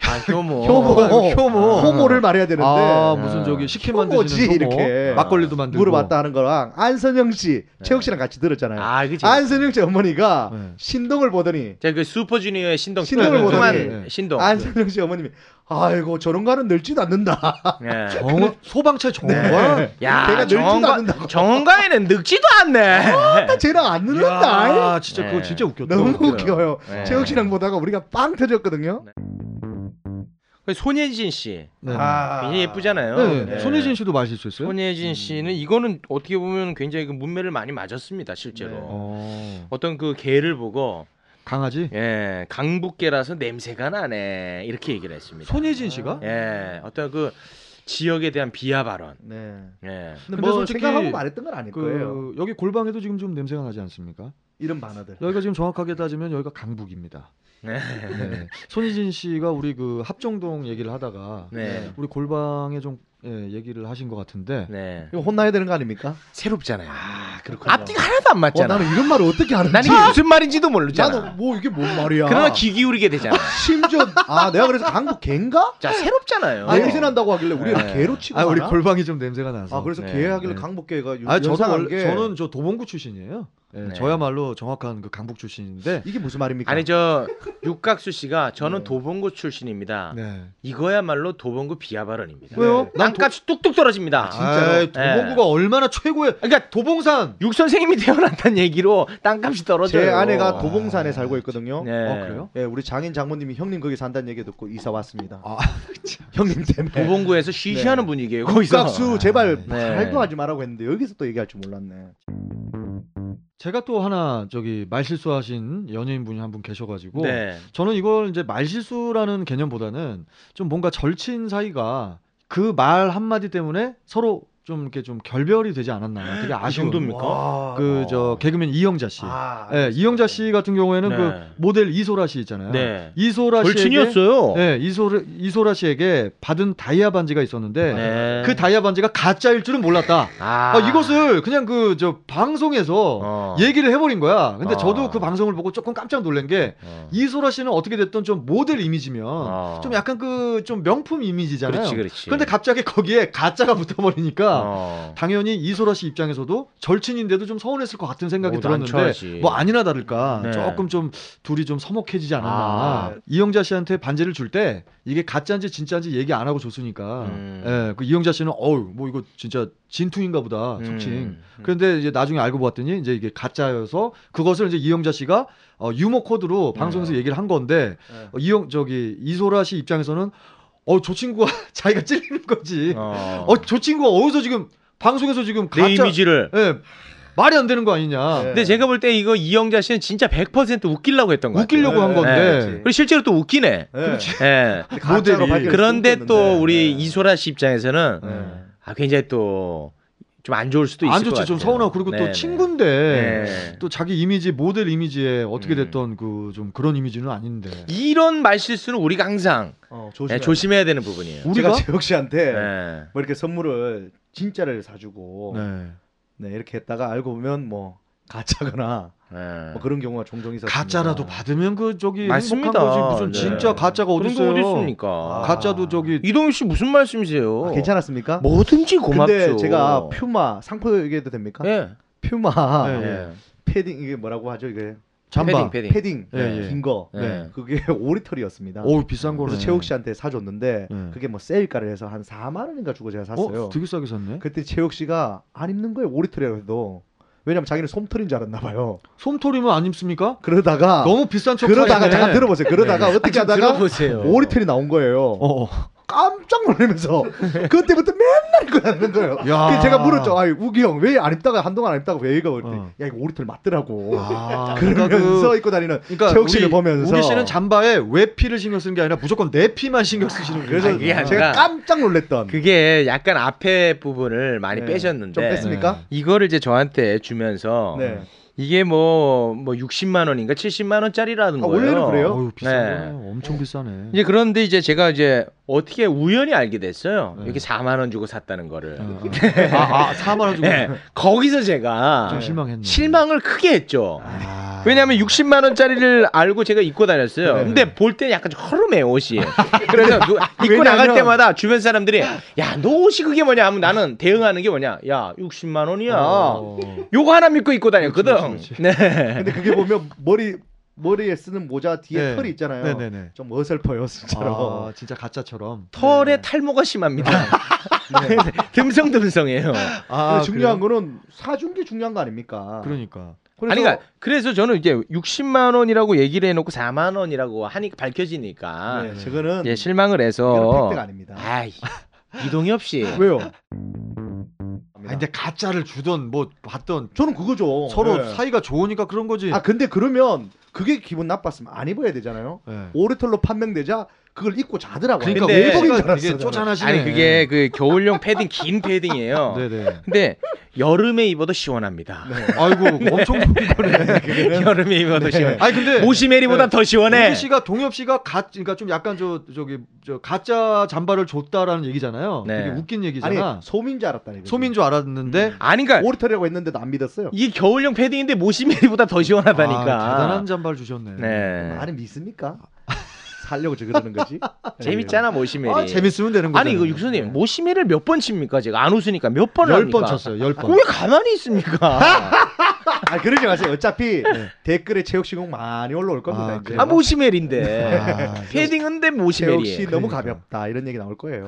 아 효모.
효모
효모.
호모를 말해야 되는데
어. 아,
아.
무슨 저기 식혜
효모지,
만드시는 효모.
이렇게.
막걸리도 만들고.
물어봤다 하는 거랑 안선영 씨 최욱 씨랑 같이 들었잖아요.
아 그치.
안선영 씨 어머니가
네.
신동을 보더니
제가 그 슈퍼주니어의 신동. 그
신동을 아,
뚱- 뚱한
보더니, 네.
신동.
안선영 씨 어머님이 아이고 저런 거는 늙지도 않는다.
네.
정, 소방차 정말
네.
야
걔가 늙지도
정원가
않는다고.
정원가에는 늙지도 않네.
나 쟤랑 안 늙는다.
아, 진짜 그거
네.
진짜 웃겼다.
너무
웃겨요.
웃겨요.
네.
최욱 씨랑 보다가 우리가 빵 터졌거든요.
그 손예진 씨
네.
아,
굉장히 예쁘잖아요.
네.
네.
손예진 씨도 마실 수 있어요?
손예진 씨는 이거는 어떻게 보면 굉장히 그 문매를 많이 맞았습니다 실제로.
네.
어.
어떤 그 개를 보고
강아지?
예 강북개라서 냄새가 나네 이렇게 얘기를 했습니다.
손예진 씨가?
예 어떤 그 지역에 대한 비하 발언.
네.
예.
근데,
근데
뭐
솔직히
생각하고 말했던 건 아닐 거예요.
그 여기 골방에도 지금 좀 냄새가 나지 않습니까?
이런 반어들.
여기가 지금 정확하게 따지면 여기가 강북입니다.
네.
네. 손예진 씨가 우리 그 합정동 얘기를 하다가
네.
우리 골방에 좀 예, 얘기를 하신 것 같은데
네.
이거 혼나야 되는 거 아닙니까?
새롭잖아요. 앞뒤가 하나도 안
어,
맞잖아.
나는 이런 말을 어떻게 하는지.
나는 이게 무슨 말인지도
나도
모르잖아.
뭐 이게 뭔 말이야.
그러나 귀 기울이게 되잖아.
심지어 아 내가 그래서 강북 갠가?
자 새롭잖아요.
아 일신한다고 하길래 우리가
어. 네.
개로 치고
아 우리
가나?
골방이 좀 냄새가 나서
아 그래서
네.
개 하길래
네.
강북 개가
아, 저도
연상한
원래-
게
저는 저 도봉구 출신이에요. 예,
네.
저야말로 정확한 그 강북 출신인데
이게 무슨
그러니까.
말입니까? 네.
아니 저 육각수 씨가 저는 도봉구 출신입니다.
네.
이거야말로 도봉구 비하 발언입니다.
왜요? 난 도, 아,
땅값이 뚝뚝 떨어집니다.
진짜로 도봉구가 얼마나 최고의
네. 그러니까
도봉산
육 선생님이 태어났다는 얘기로 땅값이 떨어져요.
제 아내가 도봉산에 살고 있거든요.
네.
어 그래요?
예, 우리 장인 장모님이 형님 거기 산다는 얘기 듣고 이사 왔습니다.
아,
형님 때문에.
네. 도봉구에서 쉬쉬하는
네.
분위기예요. 거기서.
국각수 제발
네.
말도 하지 말라고 했는데 여기서 또 얘기할 줄 몰랐네.
제가 또 하나 저기 말실수하신 연예인 분이 한 분 계셔가지고
네.
저는 이걸 이제 말실수라는 개념보다는 좀 뭔가 절친 사이가 그 말 한마디 때문에 서로 좀 이렇게 좀 결별이 되지 않았나 되게
이
아쉬운
그 정도입니까?
그 저 개그맨 이영자 씨.
아,
예, 이영자 씨 같은 경우에는
어. 그렇죠. 네.
그 모델 이소라 씨 있잖아요.
네.
이소라 씨에게
절친이었어요.
예, 이소라 이소라 씨에게 받은 다이아 반지가 있었는데
네.
그 다이아 반지가 가짜일 줄은 몰랐다.
아,
아, 이것을 그냥 그 저 방송에서
어.
얘기를 해버린 거야. 근데
어.
저도 그 방송을 보고 조금 깜짝 놀란 게
어.
이소라 씨는 어떻게 됐든 좀 모델 이미지면
어.
좀 약간 그 좀 명품 이미지잖아요.
그렇지 그렇지.
근데 갑자기 거기에 가짜가 붙어버리니까
어.
당연히 이소라 씨 입장에서도 절친인데도 좀 서운했을 것 같은 생각이
어,
들었는데
난처하지.
뭐 아니나 다를까
네.
조금 좀 둘이 좀 서먹해지지 않았나
아.
이영자 씨한테 반지를 줄 때 이게 가짜인지 진짜인지 얘기 안 하고 줬으니까
음.
예, 그 이영자 씨는 어우 뭐 이거 진짜 진퉁인가 보다 속칭
음.
그런데 이제 나중에 알고 보았더니 이제 이게 가짜여서 그것을 이제 이영자 씨가 어, 유머 코드로 방송에서 얘기를 한 건데
네.
어, 이영 저기 이소라 씨 입장에서는 어 저 친구가 자기가 찔리는 거지
어.
어 저 친구가 어디서 지금 방송에서 지금
내
가짜
이미지를.
예, 말이 안 되는 거 아니냐
네.
근데 제가 볼 때 이거 이영자 씨는 진짜 100% 웃기려고 했던 거 같아요. 네,
웃기려고 한 건데
그리고 실제로 또 웃기네.
그렇지.
예.
모델이.
그런데 또 우리
네.
이소라 씨 입장에서는
네.
아, 굉장히 또 좀 안 좋을 수도 있을
안
것
좋지
같아요.
좀 서운하고 그리고
네,
또
네.
친구인데
네.
또 자기 이미지 모델 이미지에 어떻게
음.
됐던 그 좀 그런 이미지는 아닌데
이런 말 실수는 우리가 항상
어,
예,
조심해.
조심해야 되는 부분이에요.
우리가
우리가
제혁 씨한테
예.
뭐 이렇게 선물을 진짜를 사주고 네.
네.
이렇게 했다가 알고 보면 뭐 가짜거나
예.
뭐 그런 경우가 종종 있었습니다.
가짜라도 받으면 그 저기
맞습니다.
행복한 거지 무슨
네.
진짜 가짜가
그런 게
어디 있어요?
어디 있습니까?
아.
가짜도 저기
이동희 씨 무슨 말씀이세요?
아, 괜찮았습니까?
뭐든지 고맙죠.
근데 제가 퓨마 상표 얘기해도 됩니까?
예.
퓨마
네.
예.
패딩 이게 뭐라고 하죠 이게
잠바.
패딩 패딩.
패딩
예, 예.
긴 거
네.
그게 5리터리였습니다.
오 어, 비싼 거네.
그래서 최욱 씨한테 사줬는데
네.
그게 뭐 세일가를 해서 한 4만 원인가 주고 제가 샀어요.
어, 되게 싸게 샀네.
그때 최욱 씨가 안 입는 거예요 5리터리라고 해도 왜냐면 자기는 솜털인 줄 알았나 봐요.
솜털이면 안 입습니까?
그러다가
너무 비싼 척
아. 그러다가
사이네.
잠깐 들어보세요. 그러다가 어떻게 하다가
들어보세요.
오리털이 나온 거예요.
어, 어.
깜짝 놀라면서 그때부터 맨날 입고 다니는 거예요.
야.
그래서 제가 물었죠. 아, 우기 형 왜 안 입다가 한동안 안 입다가 왜 이거 그랬더니
어.
야 이거 오리털 맞더라고.
아,
그러면서
그러니까 그-
입고 다니는
그러니까
최욱 씨를
우리-
보면서
우리 씨는 잠바에 외피를 신경 쓰는 게 아니라 무조건 내피만 신경 쓰시는 거예요.
그래서
아니, 그게 아니라-
제가 깜짝 놀랐던
그게 약간 앞에 부분을 많이
네. 좀
빼셨는데
뺐습니까?
이거를 이제 저한테 주면서
네.
이게 뭐뭐 60만 원인가 70만 원짜리라는
아,
거예요.
원래는 그래요?
어우
네.
비싸네. 엄청 비싸네.
이제 그런데 이제 제가 이제 어떻게 우연히 알게 됐어요.
네.
이렇게 4만 원 주고 샀다는 거를.
아, 아, 4만 원 주고
네.
예. 거기서 제가
좀 실망했네.
실망을 크게 했죠.
아.
왜냐하면 60만 원짜리를 알고 제가 입고 다녔어요.
네.
근데 볼 때는 약간 허름해요 옷이. 그래서 누- 입고 나갈
왜냐하면-
때마다 주변 사람들이 야 너 옷이 그게 뭐냐 하면 나는 대응하는 게 뭐냐. 야 60만 원이야.
어.
네.
요거 하나 믿고 입고 다녔거든.
그렇지,
네.
근데 그게 보면 머리 머리에 쓰는 모자 뒤에
네.
털이 있잖아요.
네네네.
좀 어설퍼요 진짜로.
아, 진짜 가짜처럼.
털에
네.
탈모가 심합니다.
아.
네. 듬성듬성해요.
근데 중요한
아, 그래요?
거는 사준 게 중요한 거 아닙니까?
그러니까.
그래서 네,
아니 그러니까 그래서 저는 이제 60만 원이라고 얘기를 해놓고 4만 원이라고 하니 밝혀지니까
네,
아,
저거는
예, 실망을
이거는
해서
팩트가 아닙니다.
아이 이동엽 씨
왜요?
아니, 근데 가짜를 주던 뭐 받던
저는 그거죠.
서로
네.
사이가 좋으니까 그런 거지.
아 근데 그러면 그게 기분 나빴으면 안 입어야 되잖아요.
네.
오리털로 판명되자 그걸 입고 자더라고요.
그러니까
근데
외국인 줄
외국인
알았어.
이게
저는.
쪼잔하시네.
아니 그게 그 겨울용 패딩 긴 패딩이에요.
예. 네네.
근데 여름에 입어도 시원합니다.
아이고 엄청 좋은 거네. 네.
여름에 입어도 시원해.
아니 네. 근데
모시메리보다 더 시원해.
동기 씨가 동엽 씨가 가 그러니까 좀 약간 저 저기 저 가짜 잠바를 줬다라는 얘기잖아요.
네.
되게 웃긴
아니
얘기잖아.
소민 줄 알았다니.
소민 줄 알았는데
아니 그러니까
오리털이라고 했는데도 안 믿었어요.
이게 겨울용 패딩인데 모시메리보다 더 시원하다니까.
아, 대단한 잠바를 주셨네. 아,
네.
말은 믿습니까? 아, 살려고 저 그러는 거지.
재밌잖아 모시메리.
아, 재밌으면 되는 거잖아.
아니 이거 육수님 모시메리를 몇 번 칩니까? 제가 안 웃으니까 몇 번을 합니까?
열번 쳤어요. 열 번.
왜 가만히 있습니까?
아 그러지 마세요. 어차피 댓글에 체육 시공 많이 올라올 겁니다.
아,
이제.
그래요?
아 모시메리인데
아,
패딩인데
체육 씨
모시메리.
너무
그러니까.
가볍다 이런 얘기 나올 거예요.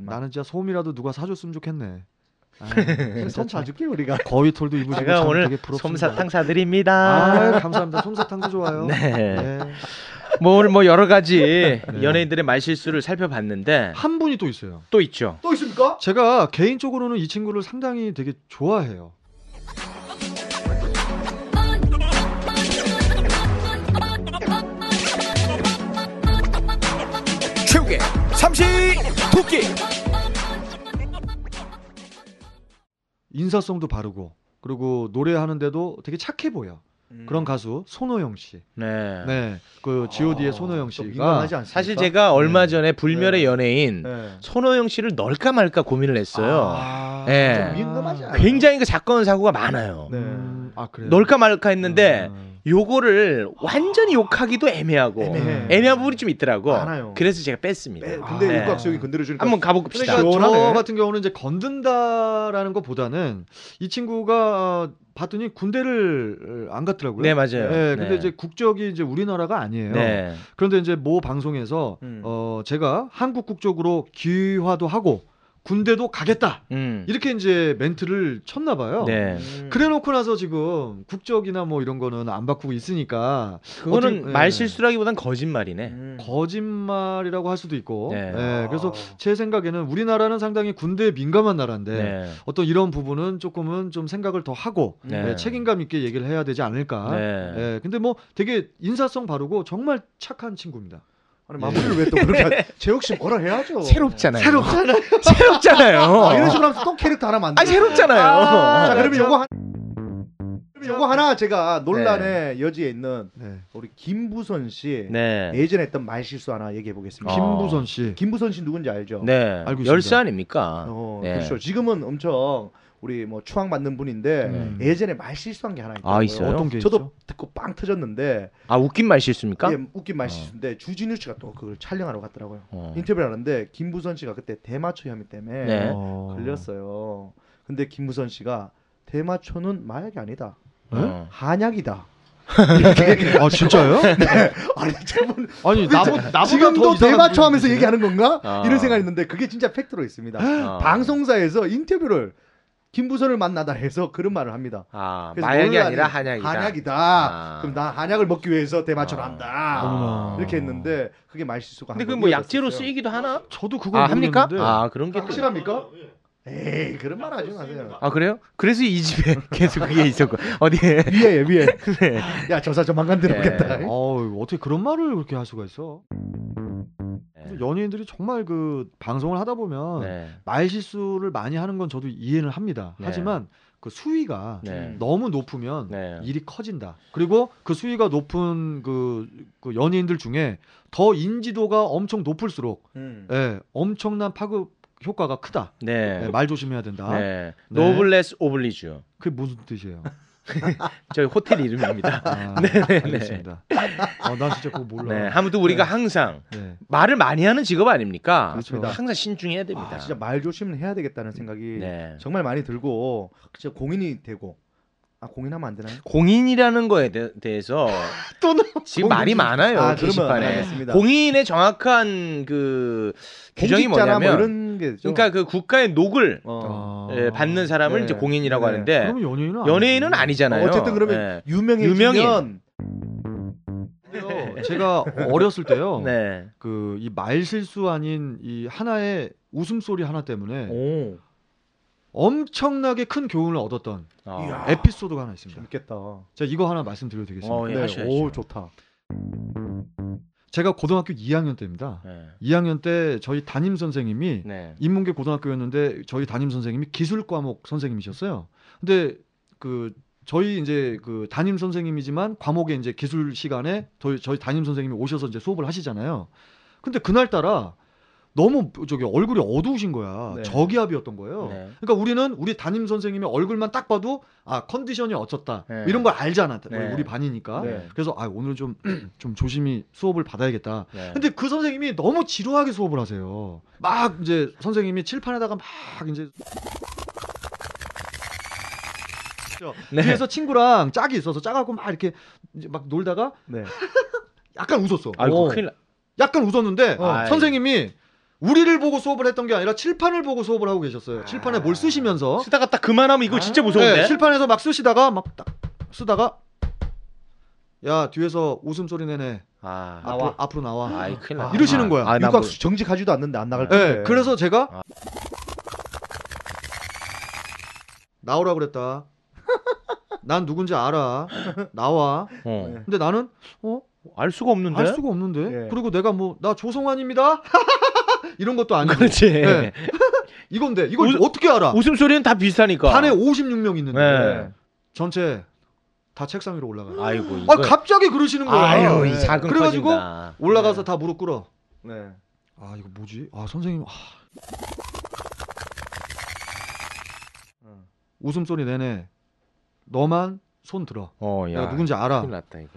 나는 진짜 솜이라도 누가 사줬으면 좋겠네. 아, 진짜
손
참
사줄게 우리가.
거위 털도 입으시고
제가
참
오늘
되게 부럽습니다.
솜사탕 사드립니다.
아, 감사합니다. 솜사탕도 좋아요. 네.
뭐 오늘 뭐 여러 가지 연예인들의 말실수를 살펴봤는데
한 분이 또 있어요.
아, 또 있죠.
또 있습니까?
제가 개인적으로는 이 친구를 상당히 되게 좋아해요.
최욱의 삼시 도끼
인사성도 바르고 그리고 노래하는데도 되게 착해 보여.
음.
그런 가수 손호영 씨.
음. 네. 그러니까
네. 그 G.O.D의
아,
손호영
좀
씨가
민감하지 않습니까?
사실 제가 얼마
네.
전에 불멸의
네.
연예인
네.
손호영 씨를 넣을까 말까 고민을 했어요.
아,
예.
좀
네.
민감하지 않아요?
굉장히 그 사건 사고가 많아요.
네. 아 그래요.
넣을까 말까 했는데
음.
요거를 완전히 욕하기도 애매하고
애매해.
애매한 부분이 좀 있더라고.
많아요.
그래서 제가 뺐습니다.
근데 아, 네.
육각수형이 건드려주니까
한번 가봅시다.
그러니까 저
시원하네.
같은 경우는 이제 건든다라는 것보다는 이 친구가 아, 봤더니 군대를 어, 안 갔더라고요.
네 맞아요.
예, 근데
네.
이제 국적이 이제 우리나라가 아니에요.
네.
그런데 그러니까 이제 모 방송에서
음.
어 제가 한국 국적으로 귀화도 하고 군대도 가겠다
음.
이렇게 이제 멘트를 쳤나 봐요.
네.
그래놓고 나서 지금 국적이나 뭐 이런 거는 안 바꾸고 있으니까
그거는
어떻게- 예.
말 실수라기보단 거짓말이네.
음. 거짓말이라고 할 수도 있고.
네.
예, 그래서
아.
제 생각에는 우리나라는 상당히 군대에 민감한 나라인데
네.
어떤 이런 부분은 조금은 좀 생각을 더 하고
네.
예, 책임감 있게 얘기를 해야 되지 않을까.
네.
예, 근데 뭐 되게 인사성 바르고 정말 착한 친구입니다. 네.
아니, 마무리를 왜 또 그렇게 제혁 씨 뭐라 해야죠.
새롭잖아요.
새롭잖아요.
새롭잖아요. 어.
아,
어.
이런 식으로 하면 또 캐릭터 하나 만들.
아 새롭잖아요.
자 그러면 요거 한 그러면 요거 하나 제가 논란의 여지에 있는
네.
우리 김부선 씨
네.
예전에 했던 말 실수 하나 얘기해 보겠습니다.
어.
김부선 씨.
김부선 씨 누군지 알죠?
네.
알고 있습니다.
열쇠 아닙니까?
어,
네.
그렇죠. 지금은 엄청 우리 뭐 추앙 받는 분인데
음.
예전에 말 실수한 게 하나 있더라고요.
아, 있어요?
어떤 게
저도
있죠?
듣고 빵 터졌는데
아 웃긴 말 실수입니까?
예, 웃긴 말 실수인데 주진우 씨가 또 그걸 촬영하러 갔더라고요.
어.
인터뷰를 하는데 김부선 씨가 그때 대마초 혐의 때문에
네.
어.
걸렸어요. 근데 김부선 씨가 대마초는 마약이 아니다.
네?
어.
한약이다. 네.
아 진짜요?
아니 저분
아니 나보, 나보다 더
지금도
이상한
대마초
분이
하면서 얘기하는 건가?
아.
이런 생각이 있는데 그게 진짜 팩트로 있습니다.
어.
방송사에서 인터뷰를 김부선을 만나다 해서 그런 말을 합니다.
아
그래서
마약이
논란이
아니라 한약이다.
한약이다.
아.
그럼 나 한약을 먹기 위해서 대마초를
아.
한다.
어머나.
이렇게 했는데 그게 말실수가
근데
한
그뭐 약재로
건이었었어요.
쓰이기도 하나?
저도 그거
아 합니까?
모르겠는데.
아 예. 그런 게 또-
확실합니까? 에이 그런 말 하지 마세요.
아 그래요? 그래서 이 집에 계속 그게 있었고 어디에
위에 위에.
네.
야 저사 조만간 들어오겠다.
어우, 어떻게 그런 말을 그렇게 할 수가 있어? 연예인들이 정말 그 방송을 하다 보면
네.
말 실수를 많이 하는 건 저도 이해는 합니다.
네.
하지만 그 수위가
네.
너무 높으면
네.
일이 커진다. 그리고 그 수위가 높은 그, 그 연예인들 중에 더 인지도가 엄청 높을수록
음.
예, 엄청난 파급 효과가 크다.
네.
예, 말 조심해야 된다.
네.
네.
노블레스 오블리주.
그게 무슨 뜻이에요?
저희 호텔 이름입니다.
아,
네, 네,
알겠습니다. 어, 난 진짜 그거
네.
몰라.
아무튼 우리가 항상
네.
말을 많이 하는 직업 아닙니까?
그렇습니다.
항상 신중해야 됩니다.
아, 진짜 말 조심을 해야 되겠다는 생각이
네.
정말 많이 들고 진짜 공인이 되고 아 공인하면 안 되나요?
공인이라는 거에 대, 해서
또
지금 말이 많아요
아, 그러면 안
게시판에
하겠습니다.
공인의 정확한 그 규정이 뭐냐면
공직자나 뭐 이런 게 좀-
그러니까 그 국가의 녹을
어.
아.
예, 받는 사람을
네.
이제 공인이라고
네.
하는데
그러면 연예인은 아니지.
연예인은 아니잖아요. 네.
어쨌든 그러면 유명해지면
유명인.
그래요. 제가 어렸을 때요.
네.
그 이 말 실수 아닌 이 하나의 웃음소리 하나 때문에
오.
엄청나게 큰 교훈을 얻었던
아.
이야.
에피소드가 하나 있습니다.
재밌겠다.
제가 이거 하나 말씀드려도 되겠습니다.
어, 예, 하셔야죠.
오 좋다.
제가 고등학교 2학년 때입니다.
네.
2학년 때 저희 담임 선생님이
네.
인문계 고등학교였는데 저희 담임 선생님이 기술 과목 선생님이셨어요. 근데 그 저희 이제 그 담임 선생님이지만 과목에 이제 기술 시간에 저희, 저희 담임 선생님이 오셔서 이제 수업을 하시잖아요. 근데 그날 따라 너무 저기 얼굴이 어두우신 거야.
네.
저기압이었던 거예요.
네.
그러니까 우리는 우리 담임 선생님의 얼굴만 딱 봐도 아 컨디션이 어쩌다
네.
이런 걸 알잖아.
네.
우리 반이니까.
네.
그래서 아 오늘 좀 좀 조심히 수업을 받아야겠다.
네.
근데 그 선생님이 너무 지루하게 수업을 하세요. 막 이제 선생님이 칠판에다가 막 이제
네.
뒤에서 친구랑 짝이 있어서 짜갖고 막 이렇게 이제 막 놀다가
네.
약간 웃었어.
아이고
어.
큰일 나.
약간 웃었는데
아,
선생님이 우리를 보고 수업을 했던 게 아니라 칠판을 보고 수업을 하고
아.
계셨어요. 칠판에 뭘 쓰시면서
쓰다가 딱 그만하면 이거 진짜 무서운데.
어? 네, 칠판에서 막 쓰시다가 막 딱 쓰다가 야 뒤에서 웃음소리 내네
아.
앞으로, 앞으로 나와
아이 큰일 나.
그- 이러시는 거야.
아, 나 뭐-
육각수 정직하지도 않는데 안 나갈 텐데.
네, 그래서 제가
아.
나오라 그랬다. 난 누군지 알아. 나와.
어.
네.
근데 나는 어?
알 수가 없는데.
알 수가 없는데.
예.
그리고 내가 뭐 나 조성환입니다. 이런 것도 아니고.
그렇지.
네. 이건데 이걸
웃-
어떻게 알아?
웃음소리는 다 비슷하니까.
반에 56명 있는데
네.
전체 다 책상 위로 올라가. 요
아이고.
아
이거-
갑자기 그러시는 거예요.
네. 아유, 이
네.
작은
그래가지고
커진다.
올라가서 다 무릎 꿇어.
네.
아 이거 뭐지? 아 선생님 아. 웃음소리 내내 너만 손 들어
어, 야.
내가 누군지 알아
큰일 났다 이거.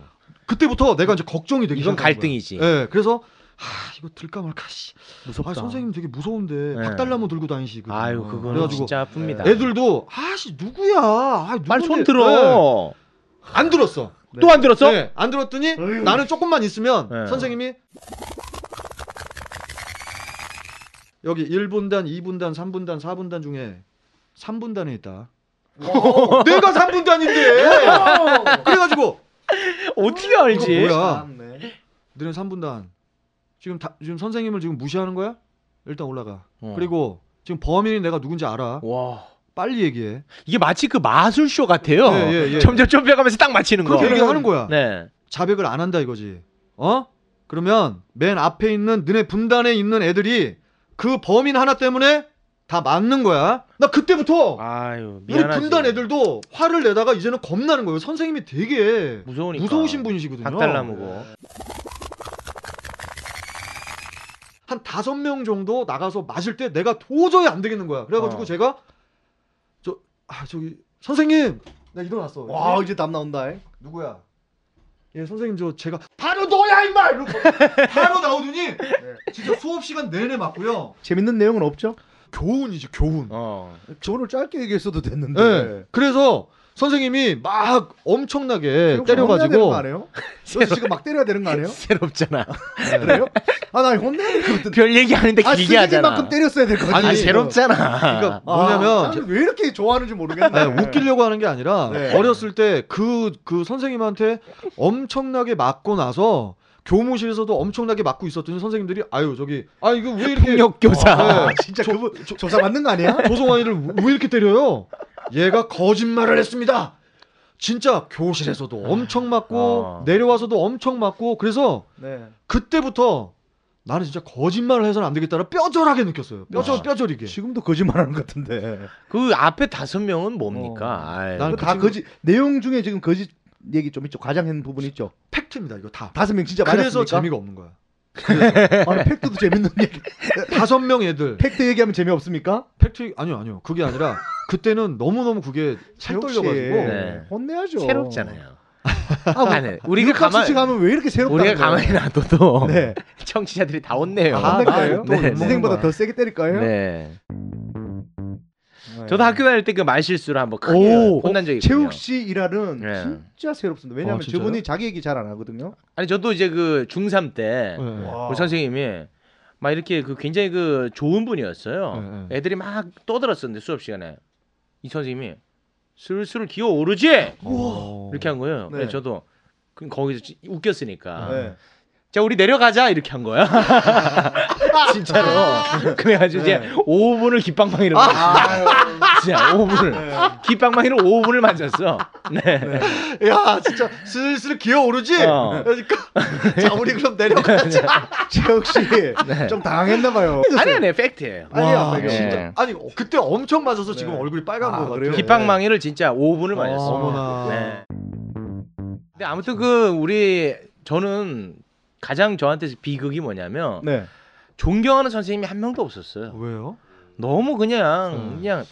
그때부터 내가 이제 걱정이 되기
이건
시작한
갈등이지.
거야. 예 그래서 아 이거 들까 말까 씨.
무섭다.
아 선생님 되게 무서운데
네.
박달나무 들고 다니시고
아유, 그거는
그래가지고
진짜 아픕니다.
애들도 아씨 누구야 아,
빨리 손
누군데? 예.
들어.
안 들었어
또 안 들었어?
네, 안 들었더니 나는 조금만 있으면
네.
선생님이 여기 1분단, 2분단, 3분단, 4분단 중에 3분단에 있다. 내가 3분단인데. 그래가지고
어떻게 알지?
이거 뭐야? 너네 3분단. 지금 다, 지금 선생님을 지금 무시하는 거야? 일단 올라가.
어.
그리고 지금 범인이 내가 누군지 알아.
와.
빨리 얘기해.
이게 마치 그 마술쇼 같아요.
예, 예, 예.
점점 좁혀가면서 딱 맞히는 거.
그렇게 얘기하는 거야.
네.
자백을 안 한다 이거지. 어? 그러면 맨 앞에 있는 너네 분단에 있는 애들이 그 범인 하나 때문에 다 맞는 거야. 나 그때부터
아유,
우리
미안하지.
분단 애들도 화를 내다가 이제는 겁나는 거예요. 선생님이 되게
무서우니까.
무서우신 분이시거든요.
박달나무고.
한 다섯 명 정도 나가서 맞을 때 내가 도저히 안 되겠는 거야. 그래가지고
어.
제가 저, 아, 저기, 선생님! 나 일어났어.
와 이제 답 나온다.
누구야? 예, 선생님 저 제가 바로 너야 임마! 이러고 바로 나오더니 진짜 수업 시간 내내 맞고요.
재밌는 내용은 없죠?
교훈이지 교훈.
어.
저를 짧게 얘기했어도 됐는데.
네. 그래서 선생님이 막 엄청나게
네,
그럼 혼내야 되는
때려가지고
거 아니에요? 저 지금 막 때려야 되는 거 아니에요?
새롭잖아.
그래요? 아나 혼내야 될것 같은데.
별 얘기 하는데
아
길게 하잖아.
쓰레기만큼 때렸어야 될 것 같은데.
아니, 새롭잖아.
그러니까
아,
뭐냐면
나는 왜 이렇게 좋아하는지 모르겠네.
아, 웃기려고 하는 게 아니라
네.
어렸을 때 그 그 선생님한테 엄청나게 맞고 나서 교무실에서도 엄청나게 맞고 있었더니 선생님들이 아유 저기 아 이거 왜 이렇게
어. 폭력교사.
아, 네.
진짜 그분 조사 받는 거 아니야?
조성환이를 왜 이렇게 때려요? 얘가 거짓말을 했습니다. 진짜 교실에서도 엄청 맞고
어.
내려와서도 엄청 맞고 그래서
네.
그때부터 나는 진짜 거짓말을 해서는 안 되겠다는 뼈저리게 느꼈어요. 뼈저
아.
뼈저리게.
지금도 거짓말하는 것 같은데.
그 앞에 다섯 명은
어.
뭡니까? 아유.
난-
다
그
거짓 내용 중에 지금 거짓 얘기 좀 있죠. 과장한 부분 있죠. 아,
팩트입니다. 이거 다.
다섯 명 진짜 맞았습니까?
그래서 재미가 없는 거야.
아니 팩트도 재밌는 얘기.
다섯 명 애들
팩트 얘기하면 재미 없습니까?
팩트 아니요 아니요 그게 아니라 그때는 너무 너무 그게 찰떨려가지고
네.
혼내야죠.
새롭잖아요.
아,
아니, 네. 우리가 가만
가면왜 이렇게 새롭다?
우리가 가만히 놔둬도
네.
청취자들이 다 혼내요.
아,
혼낼 거예요?
네.
선생보다 더 세게 때릴 거예요? 네.
네. 저도 학교 다닐 때 그 말실수로 한번 크게
오,
혼난 적이 있거든요.
최욱 씨 일화는
네.
진짜 새롭습니다. 왜냐하면
아, 진짜요?
저분이 자기 얘기 잘 안 하거든요.
아니 저도 이제 그 중3 때
네.
우리 선생님이 막 이렇게 그 굉장히 그 좋은 분이었어요.
네, 네.
애들이 막 떠들었었는데 수업 시간에 이 선생님이 슬슬 기어 오르지
어.
이렇게 한 거예요.
네.
그래서 저도 그- 거기서 지- 웃겼으니까
네.
자 우리 내려가자 이렇게 한 거야. 진짜로. 그래가지고 이제 5분을 깃방망이로 만졌어. 진짜 5분을 깃방망이로 5분을 만졌어. 네.
야 진짜 슬슬 기어오르지
어.
그러니까 자 우리 그럼
네.
내려가자
최욱 씨좀
네.
당황했나 봐요.
아니 아니 팩트예요.
아니야
와,
이거
예.
진짜 아니 어, 그때 엄청 맞아서 지금
네.
얼굴이 빨간
아,
거 같아요
그래요?
깃방망이를 진짜 5분을 맞았어.
어머나.
네. 근데 아무튼 그 우리 저는 가장 저한테 비극이 뭐냐면
네.
존경하는 선생님이 한 명도 없었어요.
왜요?
너무 그냥 그냥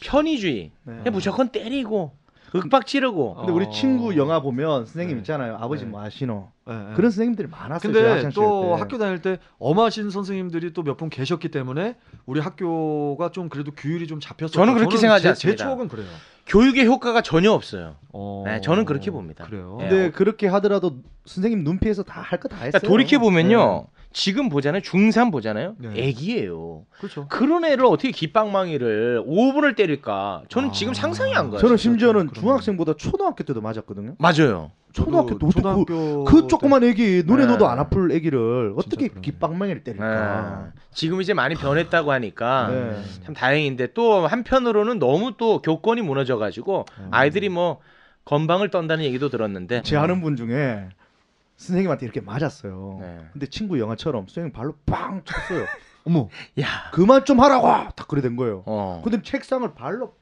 편의주의.
네.
그냥 무조건 때리고 윽박 지르고.
근데
어.
우리 친구 영화 보면 선생님
네.
있잖아요. 아버지
네.
뭐 하시노.
예, 예.
그런 선생님들이 많았어요. 제가
근데
학창
또
시절 때.
학교 다닐 때 엄하신 선생님들이 또 몇 분 계셨기 때문에 우리 학교가 좀 그래도 규율이 좀 잡혔어요.
저는 그렇게 생각하지
제,
않습니다.
제 추억은 그래요.
교육의 효과가 전혀 없어요.
어.
네, 저는 그렇게 봅니다.
그래요.
예.
근데 그렇게 하더라도 선생님 눈피해서 다 할 거 다 했어요. 네.
그러니까 돌이켜 보면요. 지금 보잖아요. 중3 보잖아요.
네.
애기예요.
그렇죠.
그런 애를 어떻게 깃방망이를 5분을 때릴까? 저는
아.
지금 상상이 안 가요.
네. 저는 심지어는
그렇구나.
중학생보다 초등학교 때도 맞았거든요.
맞아요.
초등학교
저도
때도 그,
초등학교
그
때-
조그만 애기 눈에
네.
넣어도 안 아플 애기를 어떻게
그러네. 네.
귓방망이를 때릴까?
예. 지금 이제 많이 변했다고
아.
하니까
그러니까. 네.
참 다행인데 또 한편으로는 너무 또 교권이 무너져 가지고
음.
아이들이 뭐 건방을 떤다는 얘기도 들었는데
제 아는 분 중에 선생님한테 이렇게 맞았어요.
네.
근데 친구 영화처럼 선생님 발로 빵 쳤어요. 어머
야.
그만 좀 하라고 딱 그래 된 거예요.
어.
근데 책상을 발로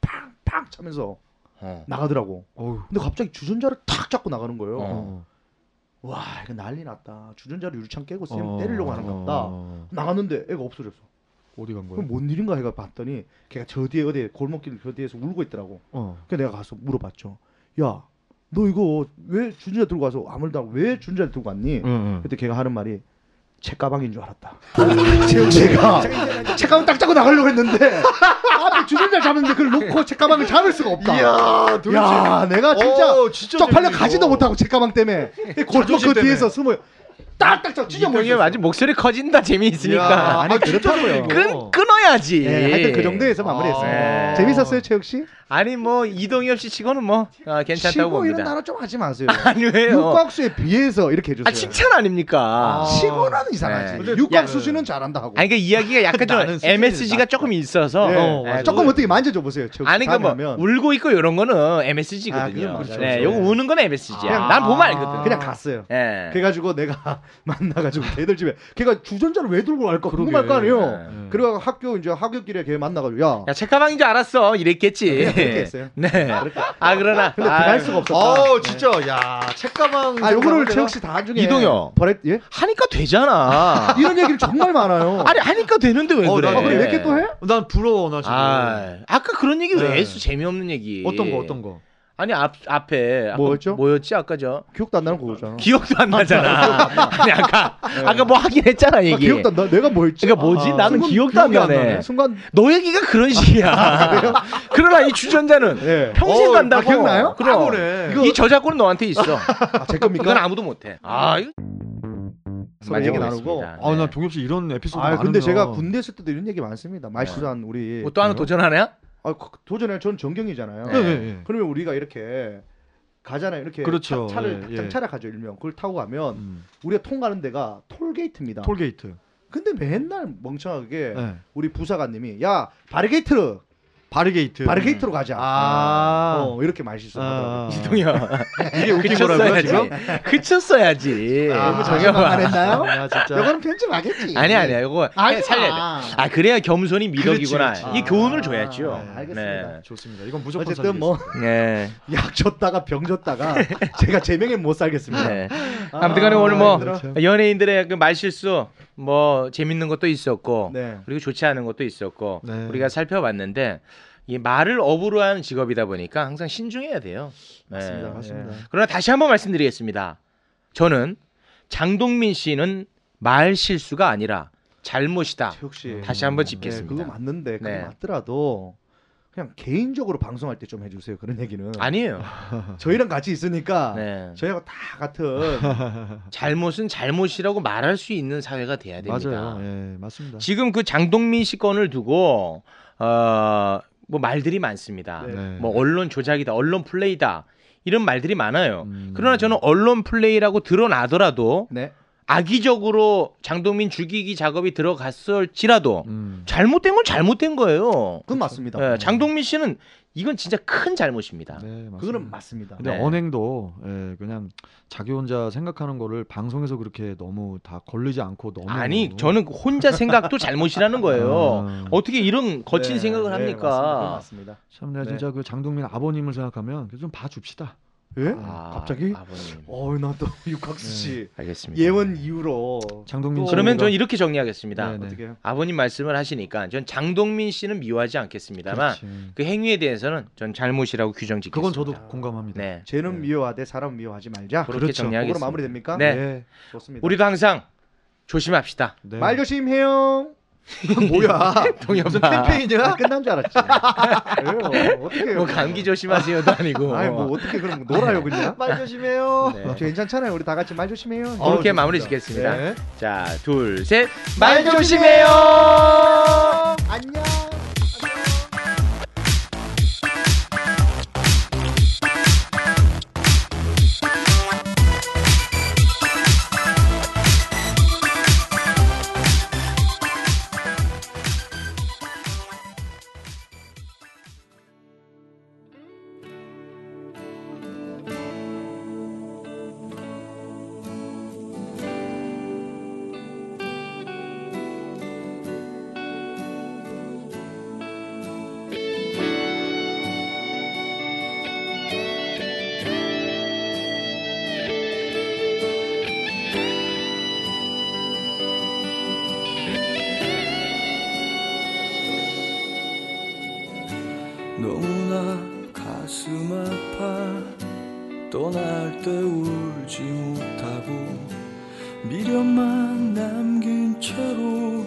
팡팡팡 차면서
어.
나가더라고.
어휴.
근데 갑자기 주전자를 탁 잡고 나가는 거예요.
어.
와 이거 난리 났다. 주전자를 유리창 깨고 쌤
어.
때리려고 하는 것 같다.
어.
나갔는데 애가 없어졌어.
어디 간 거야?
그럼 뭔 일인가 해가 봤더니 걔가 저 뒤에 어디 골목길 저 뒤에서 울고 있더라고.
어.
그래서 내가 가서 물어봤죠. 야, 너 이거 왜 주전자 들고 가서 아무도 왜 주전자를 들고 왔니? 그때 걔가 하는 말이 책 가방인 줄 알았다. 재욱 씨가 책 가방 딱 잡고 나가려고 했는데 앞에 주전자 잡는데 그걸 놓고 책 가방을 잡을 수가 없다.
이야, 도대체.
야, 내가 아, 진짜
어, 진짜
쪽팔려
재밌네,
가지도
이거.
못하고 책 가방 때문에 골목 그
자존심
뒤에서 숨어 딱딱 잡 찢어
이동이 형
먹었어.
아주 목소리 커진다 재미있으니까.
아니, 그렇다고요.
끈 끊어야지.
뭐. 예, 하여튼 그 정도에서 마무리했어요.
네.
재밌었어요, 최욱 씨?
아니 뭐 이동엽 씨 치고는 뭐 아, 괜찮다고
치고 이런
봅니다.
단어 좀 하지 마세요.
아니 왜요?
육각수에 비해서 이렇게 해주세요.
아 칭찬 아닙니까?
치고는 이상하지. 육각수 씨는 잘한다 하고.
아니 그러니까 이야기가 약간 좀 MSG가 조금 있어서
예.
어,
예, 조금 어떻게 만져줘 보세요.
아니 그뭐 울고 있고 이런 거는 MSG거든요.
아, 그건 맞아요.
네,
그렇죠.
요거 우는 건 MSG야.
그냥-
난 보면 알거든.
아. 그냥 갔어요.
예.
그래가지고 내가 만나가지고 걔들 집에 걔가 주전자를 왜 들고 갈까 궁금할 거 아니에요.
예.
그래가 학교 이제 학교길에 걔 만나가지고 야. 아,
야 책가방인 줄 알았어. 이랬겠지.
그냥 그렇게 했어요.
네. 아 그러나
근데
아,
들어갈 수가 없었다.
어, 진짜. 야, 책가방.
아 요거를 최욱 씨 나중에
이동혁.
버렛 예?
하니까 되잖아.
이런 얘기를 정말 많아요.
아니 하니까 되는데 왜
어,
그래?
나
아, 그래 왜 이렇게 또 해?
난 부러워, 나 지금.
아, 아까 그런 얘기 왜
네.
했어? 재미없는 얘기.
어떤 거, 어떤 거?
아니 앞 앞에 아까
뭐였죠?
뭐였지 아까 저
기억도 안 나는 거잖아.
기억도 안 나잖아. 아니 아까 아까 뭐 하긴 했잖아 얘기.
기억도 안 나. 내가 뭐 했지?
그러니까 뭐지?
아,
나는
순간
기억도 안
기억이
나네.
나네. 순간
너 얘기가 그런 식이야. 그러나 이 주전자는
예.
평생
어,
간다고.
아, 기억나요?
그럼
그래.
이 저작권은 너한테 있어.
아, 제 겁니까?
이건 아무도 못해. 아 이거 네.
서로 얘기 나누고.
아, 나 동엽 씨 이런 에피소드
네. 아
많으면
근데 제가 군대 있을 때도 이런 얘기 많습니다. 말수산 우리
네. 뭐또 하나 도전하냐?
아, 그- 도전해 전 전경이잖아요.
네, 네, 네.
그러면 우리가 이렇게 가잖아요. 이렇게
그렇죠.
차, 를
예, 예.
차를 가죠 일명 그걸 타고 가면
음,
우리가 통과하는 데가 톨게이트입니다.
톨게이트.
근데 맨날 멍청하게
네.
우리 부사관님이 야 바리게이트로
음.
바리게이트.
바리게이트로 가자.
아.
어, 이렇게 말실수. 아,
아.
이동현.
이게 웃긴 거라고요, 지금?
그쳤어야지. 그쳤어야지.
너무
정혁아.
자신만 했나요?
아, 진짜.
이거는 편집하겠지.
아니야 아니야 이거
아니야.
살려야 돼. 아 그래야 겸손이 미덕이구나.
그렇지,
이
그렇지.
교훈을 줘야죠.
네. 아, 알겠습니다.
네.
좋습니다. 이건 무조건
어쨌든 뭐 약
네.
줬다가 병 줬다가 제가 제 명예 못 살겠습니다.
네. 아무튼간에 오늘 뭐
힘들어.
연예인들의 그 말실수 뭐 재밌는 것도 있었고
네.
그리고 좋지 않은 것도 있었고
네.
우리가 살펴봤는데 이 말을 업으로 하는 직업이다 보니까 항상 신중해야 돼요. 네.
맞습니다. 맞습니다.
그러나 다시 한번 말씀드리겠습니다. 저는 장동민 씨는 말 실수가 아니라 잘못이다.
최욱 씨.
다시 한번
네,
짚겠습니다.
그거 맞는데 그거
네.
맞더라도 그냥 개인적으로 방송할 때 좀 해주세요 그런 얘기는
아니에요.
저희랑 같이 있으니까
네.
저희하고 다 같은
잘못은 잘못이라고 말할 수 있는 사회가 돼야 됩니다.
맞아요. 예, 맞습니다.
지금 그 장동민 씨 건을 두고 어뭐 말들이 많습니다.
네.
뭐 언론 조작이다, 언론 플레이다 이런 말들이 많아요.
음.
그러나 저는 언론 플레이라고 드러나더라도
네.
악의적으로 장동민 죽이기 작업이 들어갔을지라도
음.
잘못된 건 잘못된 거예요.
그건 맞습니다
예, 장동민 씨는 이건 진짜 큰 잘못입니다.
네, 맞습니다.
그거는 맞습니다
근데
네.
언행도 예, 그냥 자기 혼자 생각하는 거를 방송에서 그렇게 너무 다 걸리지 않고 너무
아니 저는 혼자 생각도 잘못이라는 거예요.
아.
어떻게 이런 거친
네,
생각을
네, 맞습니다. 그건
합니까?
맞습니다
참 내가
네.
진짜 그 장동민 아버님을 생각하면 좀 봐줍시다.
예?
아, 네.
갑자기?
아버님.
어나또 육각수 씨
알겠습니다.
예원 이후로
장동민
또-
씨.
그러면 저는
이
이렇게 정리하겠습니다.
네, 네.
어떻게 해요?
아버님 말씀을 하시니까 전 장동민 씨는 미워하지 않겠습니다만 그 행위에 대해서는 전 잘못이라고 규정 짓겠습니다.
그건 저도 공감합니다.
네.
죄는 미워하되 사람 미워하지 말자
그렇게
그렇죠.
정리하겠습니다.
그거로 마무리됩니까?
네.
예,
좋습니다
우리도 항상 조심합시다.
네.
말 조심해요 뭐야
동엽아.
캠페인이야? 끝난 줄 알았지 왜요? 어떻게
뭐 감기 조심하세요도 아니고.
네. 아니 뭐 어떻게 그럼 놀아요 그냥
말 조심해요.
네.
저 괜찮잖아요 우리 다 같이 말 조심해요
그렇게 마무리 짓겠습니다.
네.
자, 둘, 셋. 말 조심해요.
안녕
너무나 가슴 아파 떠날 때 울지 못하고 미련만 남긴 채로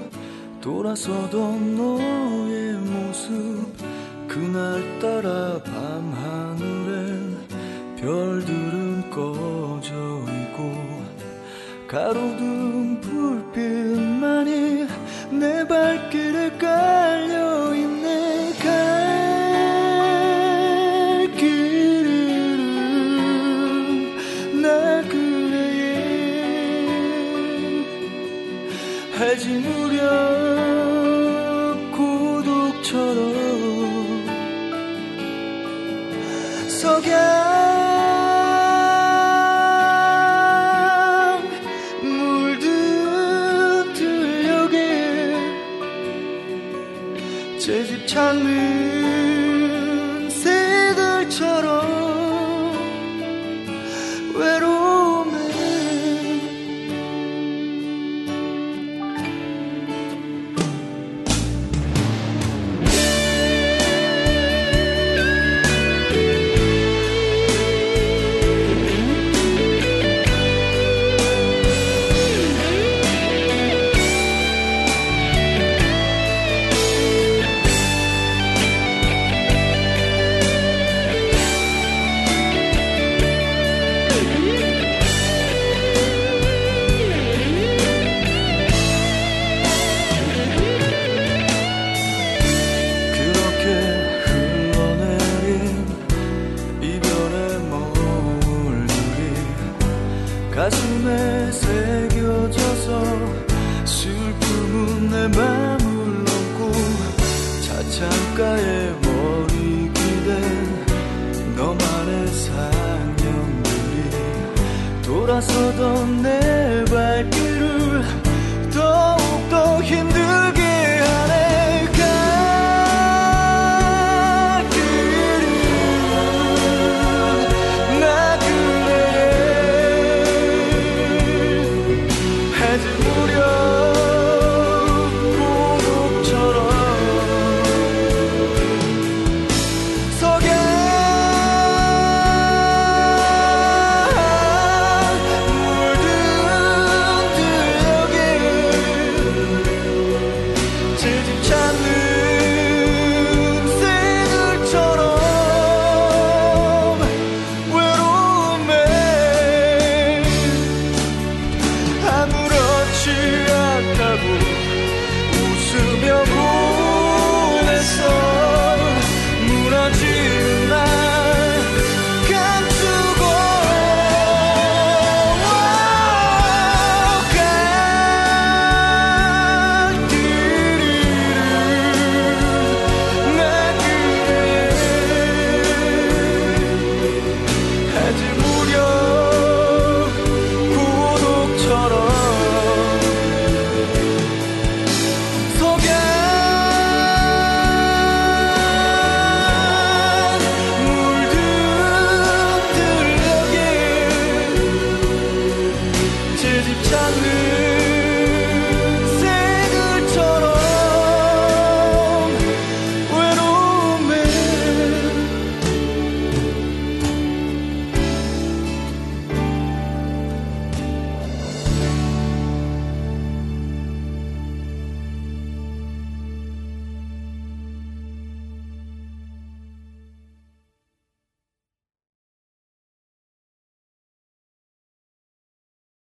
돌아서던 너의 모습 그날따라 밤하늘엔 별들은 꺼져 있고 가로등 불빛만이 내 발길에 깔려있네 갈길 잃은 나 그래의 해지 무렵 고독처럼 석양 물든 들녘에 제 집 찾는 새들처럼 외로움에 그렇게 흘러내린 이별의 머물들이 가슴에 새겨져서 슬픔은 내 맘을 넘고 차창가에 머리 기댄 너만의 상념들이 돌아서던 내 발길을 더욱더 힘들게